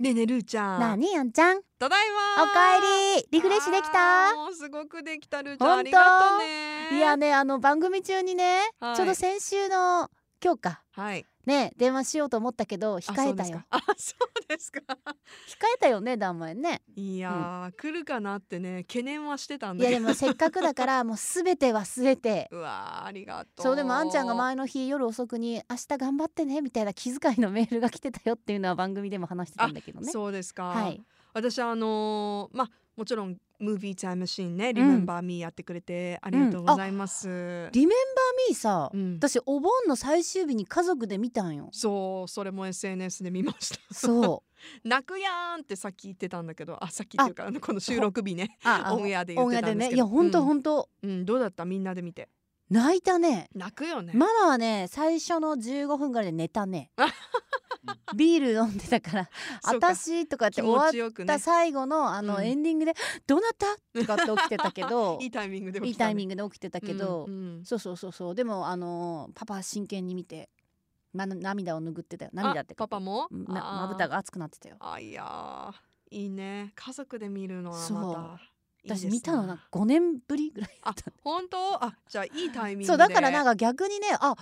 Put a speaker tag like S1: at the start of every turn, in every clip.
S1: ねえねえるーちゃん
S2: なあにやんちゃんお
S1: ただいま
S2: かえりリフレッシュでき
S1: あー
S2: た
S1: もうすごくできたるーちゃんあ
S2: ほんと
S1: りがとね
S2: いやねあの番組中にね、
S1: はい
S2: ちょうど先週の今日か
S1: はい
S2: ね電話しようと思ったけど控えたよ
S1: あそうです かあそうですか
S2: 控えたよねだんまんね
S1: いやー、来るかなってね懸念はしてたん
S2: い
S1: だ
S2: や
S1: け
S2: で
S1: ど
S2: もせっかくだから もうすべて忘れて
S1: うわーありがとう
S2: そうでもあんちゃんが前の日夜遅くに明日頑張ってねみたいな気遣いのメールが来てたよっていうのは番組でも話してたんだけどね
S1: そうですか、
S2: はい
S1: 私あのーまあもちろんムービータイムシーンねリメンバーミーやってくれてありがとうございます、うん
S2: リメンバーミーさ私お盆の最終日に家族で見たんよ
S1: そうそれも SNS で見ました
S2: そう
S1: 泣くやんってさっき言ってたんだけどあさっきっていうかあのこの収録日ね
S2: ああ
S1: オンエアで言
S2: オ
S1: っ
S2: ン
S1: て
S2: エア
S1: た
S2: で
S1: んですけ
S2: ね
S1: ど
S2: いや本当
S1: うん
S2: 本当
S1: うん、どうだったみんなで見て
S2: 泣いたね
S1: 泣くよね、
S2: ママはね最初の15分ぐらいで寝たねビール飲んでたから「
S1: そうか
S2: 私」とかって
S1: 気
S2: 終わ
S1: 持ち
S2: っ
S1: よくね
S2: た最後のあ
S1: う
S2: の
S1: ん
S2: エンディングで「どうなった?」とかって起きてたけど
S1: いいタイミングで
S2: いいタイミ
S1: ング
S2: ングで起きてたけど、
S1: うんうん
S2: そうそうそうそうでもあのーパパは真剣に見て、ま、涙を拭ってたよ涙って
S1: あパパも
S2: うん
S1: あー
S2: なまぶたが熱くなってたよ
S1: あいやーいいね家族で見るのは
S2: そう
S1: またいいです
S2: 私
S1: ね
S2: 見たのなんか5年ぶりぐらいだ
S1: あ
S2: った
S1: 本当あじゃあいいタイミングで
S2: そうだからなん
S1: か
S2: か逆にねあ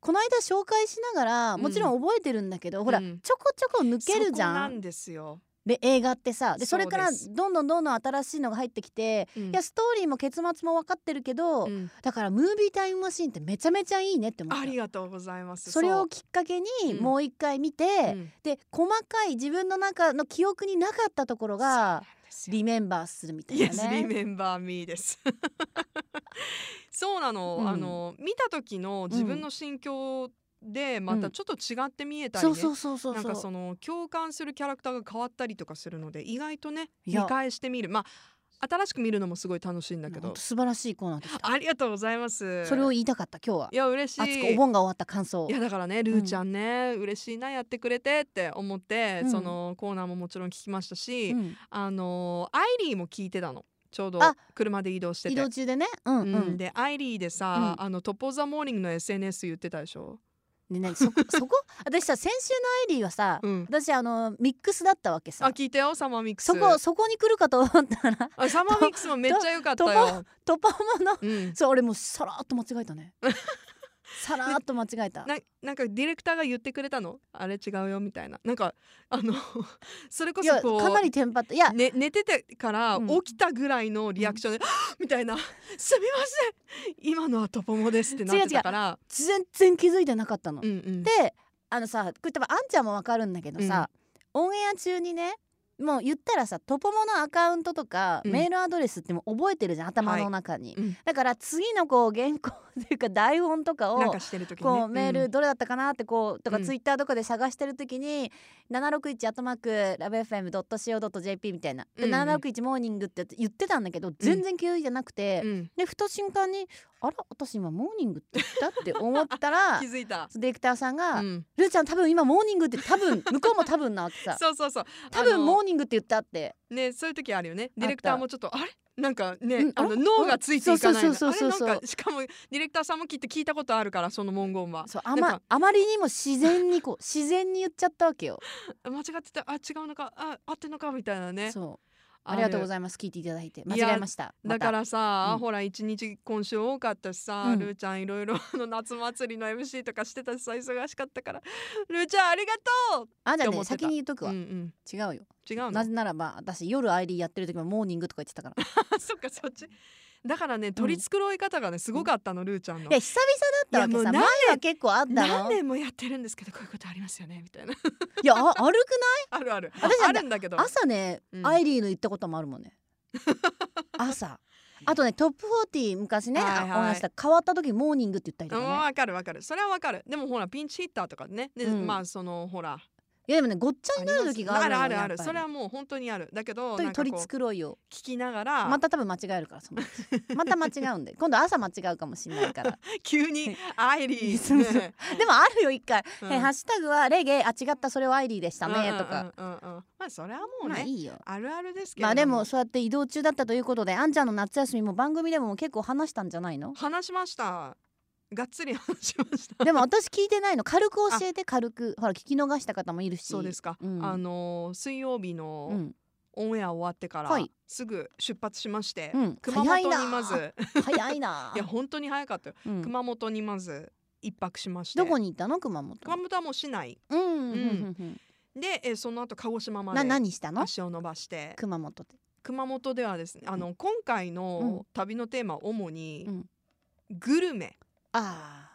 S2: この間紹介しながらもちろん覚えてるんだけど、ほら
S1: う
S2: ち
S1: ん
S2: ょこちょこ抜けるじ
S1: な
S2: ゃん
S1: んですよ、
S2: で映画ってさでそれから
S1: そうです
S2: どんどんどんどん新しいのが入ってきて、
S1: うん
S2: いやストーリーも結末も分かってるけど、
S1: うん
S2: だからムービータイムマシーンってめちゃめちゃいいねって思っ
S1: あり
S2: た
S1: がとうございます
S2: それを
S1: う
S2: きっかけに
S1: うん
S2: もう一回見て、
S1: うん
S2: で細かい自分の中の記憶になかったところが
S1: リ
S2: リメンバーするみたい
S1: イエス
S2: な
S1: リ
S2: ね。
S1: メンバーミーです そうなの、
S2: うん
S1: あの見た時の自分の心境でまたちょっと違って見えたり
S2: そ
S1: ね、
S2: うそうそうそう
S1: なん
S2: そう
S1: かその共感するキャラクターが変わったりとかするので意外とね
S2: い
S1: 見
S2: や
S1: 返してみるまあ新しく見るのもすごい楽しいんだけ
S2: ほん
S1: ど
S2: と素晴らしいコーナーでした
S1: ありがとうございます
S2: それを
S1: い
S2: 言いたかった今日は
S1: や嬉し
S2: 熱く
S1: い
S2: お盆が終わった感想
S1: いやだからねルーちゃんね、嬉しいなやってくれてって思って、
S2: うん
S1: そのコーナーももちろん聞きましたし、
S2: うん
S1: あのアイリーも聞いてたのちょうど
S2: あ
S1: 車で移動してて
S2: 移動中でねうんう、
S1: うんん、でアイリーでさ、あのトップ・オブ・ザ・モーニングの SNS 言ってたでしょ、
S2: でねそこ そこ私さ先週のアイリーはさ、
S1: うん、
S2: 私あのミックスだったわけ
S1: あ
S2: さ
S1: 聞いてよサマーミックス
S2: そこそこに来るかと思ったら
S1: あサマーミックスもめっちゃ良かった
S2: と
S1: よ、
S2: トパモの
S1: うん、
S2: そう俺もうさらっと間違えた ねさらっと間違えた
S1: ななんかディレクターが言ってくれたのあれ違うよみたいななんかあの それこ
S2: い
S1: そ
S2: や
S1: こう
S2: かなりテンパっていや、
S1: ね、寝ててから
S2: うん
S1: 起きたぐらいのリアクションで「はっみたいな「すみません今のはトポモです」ってなってたから
S2: 全然気づいてなかったの、
S1: うんうん
S2: であのさこれ多分あんちゃんもわかるんだけどさ、オンエア中にねもう言ったらさトポモのアカウントとか、
S1: うん
S2: メールアドレスってもう覚えてるじゃん頭の中に、
S1: うん
S2: だから次のこう原稿っていうか台本とかを
S1: なんかしてる時に、ね、
S2: こうメー
S1: う
S2: ル
S1: ん
S2: どれだったかなってこうとか
S1: うん
S2: ツイッターとかで探してる時に761アットマークラブ FM.co.jp みたいなで
S1: うんうん
S2: 761モーニングって言ってたんだけど全然気づいてなくて
S1: うん
S2: でふと瞬間にあら私今モーニングって言ったって思ったら
S1: 気づいた、
S2: ディレクターさんが
S1: うん、
S2: 「ルーちゃん多分今モーニングって 多分向こうも多分な」ってさ
S1: そうそうそう
S2: 多分モ
S1: も
S2: ーニングって言ったって
S1: ねそういう時あるよね
S2: た
S1: ディレクターもちょっとあれなんかね、
S2: うん
S1: あの
S2: あ
S1: 脳がついていかない
S2: そうそうそうそうそう
S1: あれなんかしかもディレクターさんもきっと聞いたことあるからその文言は
S2: そうあ
S1: なん
S2: ま
S1: か
S2: あまりにも自然に こう自然に言っちゃったわけよ。
S1: 間違ってたあ違うのかあ合ってんのかみたいなね
S2: そうありがとうご
S1: い
S2: ざいます聞いていただいて間
S1: いや
S2: 違えました。ま
S1: だ
S2: た
S1: からさ、
S2: うん
S1: ほら一日今週多かったしさ、
S2: うん
S1: ルーちゃんいろい ろあの夏祭りの MC とかしてたしさ忙しかったからルーちゃんありがと
S2: あじゃあ
S1: って思
S2: ね
S1: ってた
S2: 先に言っとく
S1: う、う
S2: わ、
S1: んうん、
S2: 違うよ
S1: 違う
S2: な
S1: の
S2: ぜならば私夜アイリーやってる時はモーニングとか言ってたからい
S1: そっかそっちだからね取り繕い方がねすごかったのルーちゃんの
S2: や。久々だったわけさ
S1: いやもう何年
S2: 前は結構あった
S1: 何
S2: のい
S1: 年もやってるんですけどこういうことありますよねみたいな
S2: やあ歩く
S1: あるある
S2: 私
S1: あるんだけど
S2: ない朝ね、
S1: うん
S2: アイリーの言ったこともあるも んね朝あとねトップ40昔ね、
S1: はいはい
S2: あお話しした変わった時モーニングって言った
S1: う
S2: り
S1: ん
S2: とかね
S1: わかるわかるそれはわかるでもほらピンチヒッターとかねで、
S2: うん
S1: まあそのほら
S2: いやでもねごっちゃになる時があるのよ
S1: あるあ
S2: やっ
S1: る
S2: ぱり
S1: それはもう本当にあるだけど
S2: 本当
S1: な
S2: に
S1: んか
S2: 取
S1: こ
S2: り
S1: う
S2: 繕いを
S1: 聞きながら
S2: また多分間違えるから その時また間違うんで今度朝間違うかもしれないから
S1: 急にアイリー、ね、
S2: そうそうでもあるよ一回、
S1: うん
S2: えハッシュタグはレゲエあ違ったそれはアイリーでしたね」とか、
S1: うんうんうんうんうんまあそれはもうね、
S2: まあいいよ
S1: あるあるですけれど
S2: まあでもそうやって移動中だったということであんちゃんの夏休みも番組でも結構話したんじゃないの
S1: 話しましたがっつり話しました
S2: でも私 聞いてないの軽く教えて軽くほら聞き逃した方もいるし
S1: そうですか、
S2: うん
S1: あの水曜日
S2: う
S1: の
S2: ん、
S1: オンエア終わってから、
S2: はい
S1: すぐ出発しまして、
S2: うん
S1: 熊本にま
S2: 早い
S1: ず
S2: 早 いない
S1: や本当に早かったよ、
S2: うん
S1: 熊本にまず一泊しまして
S2: どこに行ったの熊本
S1: 熊本はもう市内
S2: うんうん
S1: ん
S2: うん
S1: でえーその後鹿児島
S2: う
S1: ま
S2: んな
S1: で
S2: 何したの
S1: 足を伸ばして
S2: 熊本で
S1: 熊本ではですねあの今回の旅のテーマは主に
S2: うん
S1: グルメ
S2: あ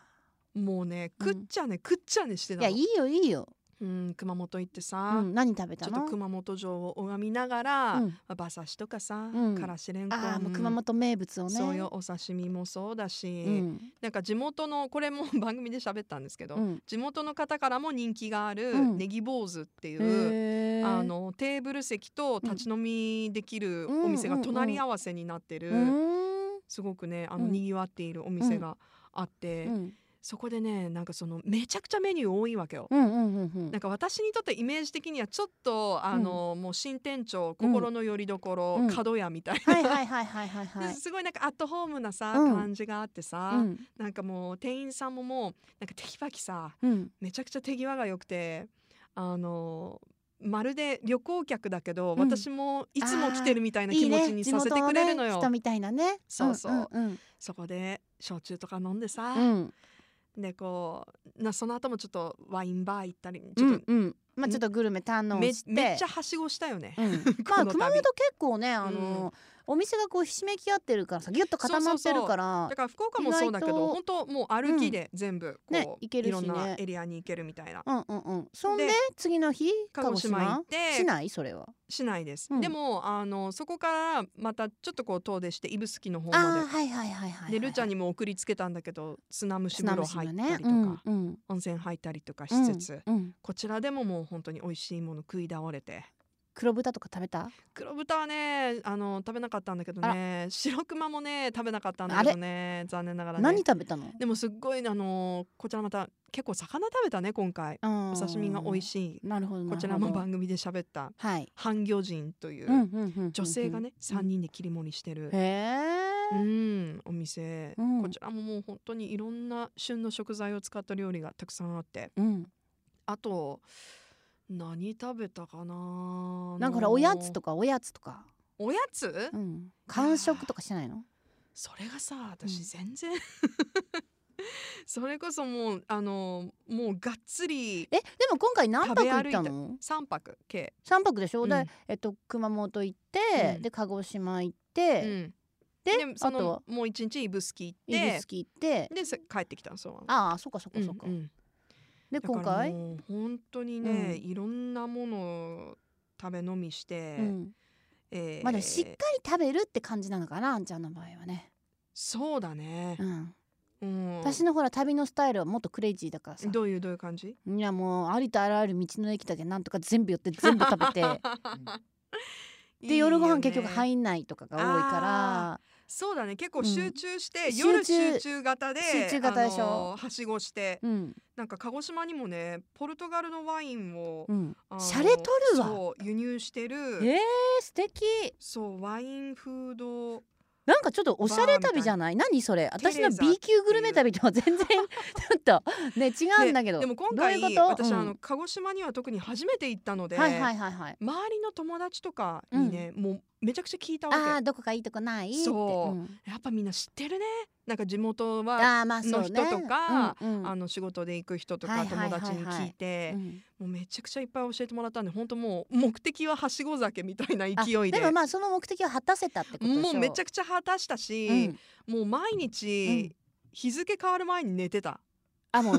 S1: もうね
S2: うん
S1: くっちゃねくっちゃねして
S2: あい
S1: た
S2: や
S1: の
S2: いいよいいよ、
S1: うん熊本行って
S2: う
S1: さ
S2: ん、何食べ
S1: ち
S2: た
S1: ょっ
S2: の
S1: と熊本城を拝みながら
S2: う
S1: ま
S2: ん
S1: あ馬刺しとかさ
S2: うん
S1: からしれんこ
S2: ああもう熊
S1: ん
S2: 本名物をね
S1: そうよお刺身もそうだ
S2: う
S1: し
S2: ん
S1: なんか地元のこれも 番組で喋ったんですけ
S2: う
S1: ど
S2: ん
S1: 地元の方からも人気がある
S2: うん
S1: ネギ坊主っていう
S2: へー
S1: あのテーブル席と立ち飲みできるお店が隣り合わせになって
S2: う
S1: る
S2: ーん
S1: すごくねあの
S2: うん
S1: 賑わっているお店があって、
S2: うん
S1: そこでねなんかそのめちゃくちゃメニュー多いわけよ。
S2: うんうんうんうん
S1: なんか私にとってイメージ的にはちょっとあの、もう新店長心の拠り所、
S2: うん
S1: 角屋みたいな、
S2: はいはいはいはいはいは
S1: で
S2: い
S1: すごいなんかアットホームなさ、
S2: うん
S1: 感じがあってさ、
S2: うん
S1: なんかもう店員さんももうなんかテキパキさ
S2: うん
S1: めちゃくちゃ手際が良くてあのまるで旅行客だけど、
S2: うん
S1: 私もいつも来てるみたいない気
S2: い
S1: 持
S2: ね
S1: ちに
S2: 地
S1: させて
S2: 元の
S1: くれるの
S2: ね
S1: よ。
S2: 人みたいなね
S1: そうそうん
S2: うん
S1: そこで焼酎とか飲んでさ、
S2: うんうん
S1: でこうなその後もちょっとワインバー行ったりちょっ
S2: うん
S1: と
S2: うんまあちょっとグルメ堪能
S1: め,、
S2: して
S1: めっちゃはしごしたよね。
S2: うんま
S1: こ
S2: あ
S1: の度
S2: 熊本結構ねあのお店がこうひしめき合ってるからさギュッと固まってるから
S1: だから福岡もそうだけ
S2: 意
S1: ど
S2: 外
S1: 本当もう歩きで全部こう、
S2: ね行ける
S1: い
S2: しね
S1: ろんなエリアに行けるみたいな
S2: うんうんうんそんで
S1: で
S2: 次の日
S1: 鹿児島行って
S2: 市内それは
S1: 市内です、
S2: うん
S1: でもあのそこからまたちょっとこう遠出して指宿の方まで
S2: ああーはいはいはいはい
S1: でルちゃん
S2: に
S1: にも送りつけたんだけど砂蒸し
S2: 砂
S1: 風
S2: む
S1: 呂
S2: し
S1: 入
S2: の
S1: った
S2: ね
S1: りと
S2: う
S1: か、
S2: んうん
S1: 温泉入ったりとかしつつ、
S2: うんうん
S1: こちらでももう本当に美味しいもの食い倒れて
S2: 黒豚とか食べた
S1: 黒豚はねあの食べなかったんだけどね白熊もね食べなかったんだけどね残念ながらね
S2: 何食べたの
S1: でもすっごいあのこちらまた結構魚食べたね今回
S2: お
S1: お刺身が美味しい
S2: いなるほどなるほど
S1: こちらも番組で喋った
S2: はい
S1: 半魚人といううん
S2: うんうんうん
S1: 女性がね3人で切り盛りしてるう
S2: へえ
S1: んお店
S2: うん
S1: こちらももう本当にいろんな旬の食材を使った料理がたくさんあって
S2: うん
S1: あと何食べたかな
S2: なんかほらおやつと
S1: か
S2: かおやつとか
S1: おやつ
S2: うん完食とかしてないの
S1: それがさ私全然 それこそもうあのもうがっつり
S2: えでも今回何泊行った
S1: 食べ
S2: の
S1: 3泊計、
S2: 三泊でしょ、
S1: うん
S2: でえっと熊本行って、
S1: うん
S2: で鹿児島行っ
S1: う
S2: て、
S1: ん、
S2: で
S1: そ
S2: あとは
S1: のもう一日指宿行っ
S2: 指
S1: て
S2: 宿行って
S1: でせ帰ってきたのそうなの
S2: ああそっかそっか
S1: うん
S2: そっか、
S1: うん
S2: で
S1: だか
S2: 今
S1: ら
S2: 回、
S1: もう本当にね、
S2: うん
S1: いろんなものを食べ飲みして、
S2: うん
S1: えー
S2: まあでもしっかり食べるって感じなのかなあんちゃんの場合はね、
S1: そうだね
S2: う、ん、
S1: うん、
S2: 私のほら旅のスタイルはもっとクレイジーだからさ
S1: どういうどういう感じ
S2: いやもうありとあらゆる道の駅だけなんとか全部寄って全部 食べて で夜ご飯結
S1: いい
S2: 局
S1: よね
S2: 入んないとかが多いから
S1: そうだね結構
S2: うん
S1: 集中して、
S2: 集中
S1: 夜集中型で
S2: 集中型でしょ
S1: あのはしごして
S2: うん
S1: なんか鹿児島にもねポルトガルのワインを
S2: うん
S1: あの
S2: 洒落とるわ
S1: そう輸入して
S2: え
S1: る
S2: ー、素敵
S1: そうワインフード
S2: なんかちょっとおしゃれ旅じゃない何それ私
S1: テ
S2: の
S1: レーザっていう
S2: B 級グルメ旅とは全 然ちょっとね違うんだけど
S1: でも今
S2: どうい
S1: 回
S2: うこと
S1: 私、
S2: うん
S1: あの鹿児島には特に初めて行ったので、
S2: はいはいはいはい
S1: 周りの友達とかにね、もうめちゃくちゃ聞いた
S2: あ
S1: わ
S2: ーどこかいいとこないって
S1: そうんけやっぱみんな知ってるねなんか地元はあ
S2: あーまあそうね
S1: の人とか
S2: うんうん
S1: の仕事で行く人とか
S2: はいは
S1: 友
S2: いはいはい
S1: 達に聞いて
S2: うん
S1: もうめちゃくちゃいっぱい教えてもらったんで本当もう目的ははしご酒みたいな
S2: あ
S1: 勢いで
S2: もまあその目的を果たせたってことでしょ
S1: もうめちゃ
S2: く
S1: くちゃ果たしたし、もう毎日、日付変わる前に寝てた
S2: あもう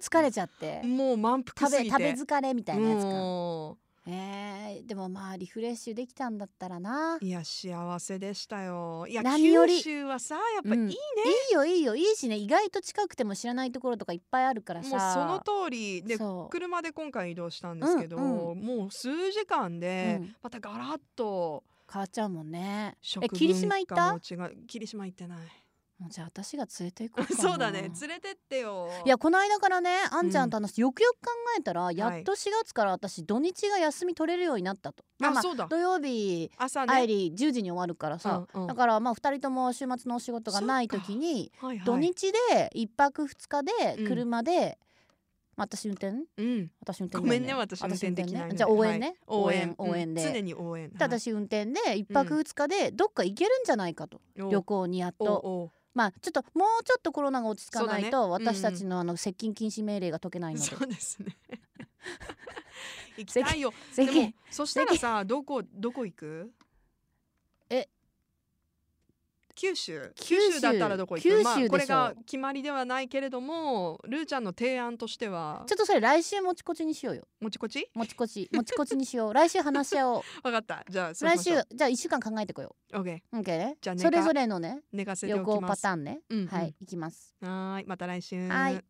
S2: 疲れちゃって
S1: もう満腹す
S2: 食べ
S1: ぎ
S2: 食べ
S1: て
S2: 疲れみたいなやつか
S1: も
S2: えーでもまあリフレッシュできたんだったらな
S1: ういや幸せでしたよいや
S2: 何より
S1: 九州はさやっぱいいね、
S2: いいよいいよいいしね意外と近くても知らないところとかいっぱいあるからさ
S1: もうその通りで
S2: そう
S1: 車で今回移動したんですけど、
S2: うん
S1: もう数時間で、
S2: うん
S1: またガラッと
S2: 変わっちゃうもんね
S1: 食
S2: え霧島
S1: 文
S2: 行っ
S1: 化
S2: た
S1: も違う霧島行ってない
S2: もうじゃあ私が連れて行こうかな
S1: そうだね連れてってよ
S2: いやこの間からねあんちゃんと話、よくよく考えたらやっと4月から私土日が休み取れるようになったと、まあ
S1: あ
S2: まあ
S1: そうだ
S2: 土曜日
S1: 朝ね
S2: あいり10時に終わるからさ、
S1: うんうん
S2: だからまあ2人とも週末のお仕事がない時に
S1: はいはい
S2: 土日で1泊2日
S1: う
S2: で
S1: ん
S2: 車で、まあ私運転
S1: うん
S2: 私運転だ
S1: ご
S2: よね
S1: めんね私運転できないの
S2: 私運転ねじゃあ応援ね、
S1: はい応援
S2: 応援で、
S1: うん常に応援
S2: で私運転で1泊2日でどっか行けるんじゃないかと、
S1: はい
S2: 旅行にやっ
S1: おう
S2: と
S1: おう
S2: まあちょっともうちょっとコロナが落ち着かないと、
S1: そうだね
S2: 私たちのあの接近禁止命令が解けないの で
S1: そうです ね行きたいよ
S2: 接
S1: で
S2: 近
S1: もそしたらさどこどこ行く
S2: え
S1: 九州
S2: 九
S1: 九
S2: 州
S1: 州だったらどこ行く
S2: 九州でしょ
S1: まあこれが決まりではないけれどもルーちゃんの提案としては
S2: ちょっとそれ来週もちこちにしようよ
S1: もちこち
S2: もち こちもちこちにしよう来週話し合おう
S1: わかったじゃあそう
S2: 来
S1: し
S2: 週
S1: ましょ
S2: じゃあ1週間考えてこよ
S1: う OK
S2: う OK ね
S1: じゃあ寝か
S2: それぞれのね
S1: 寝かせて
S2: 旅
S1: お
S2: 行
S1: きま
S2: パ
S1: す
S2: ターンね、
S1: うんうん
S2: はい行きます
S1: はーいまた来週
S2: はい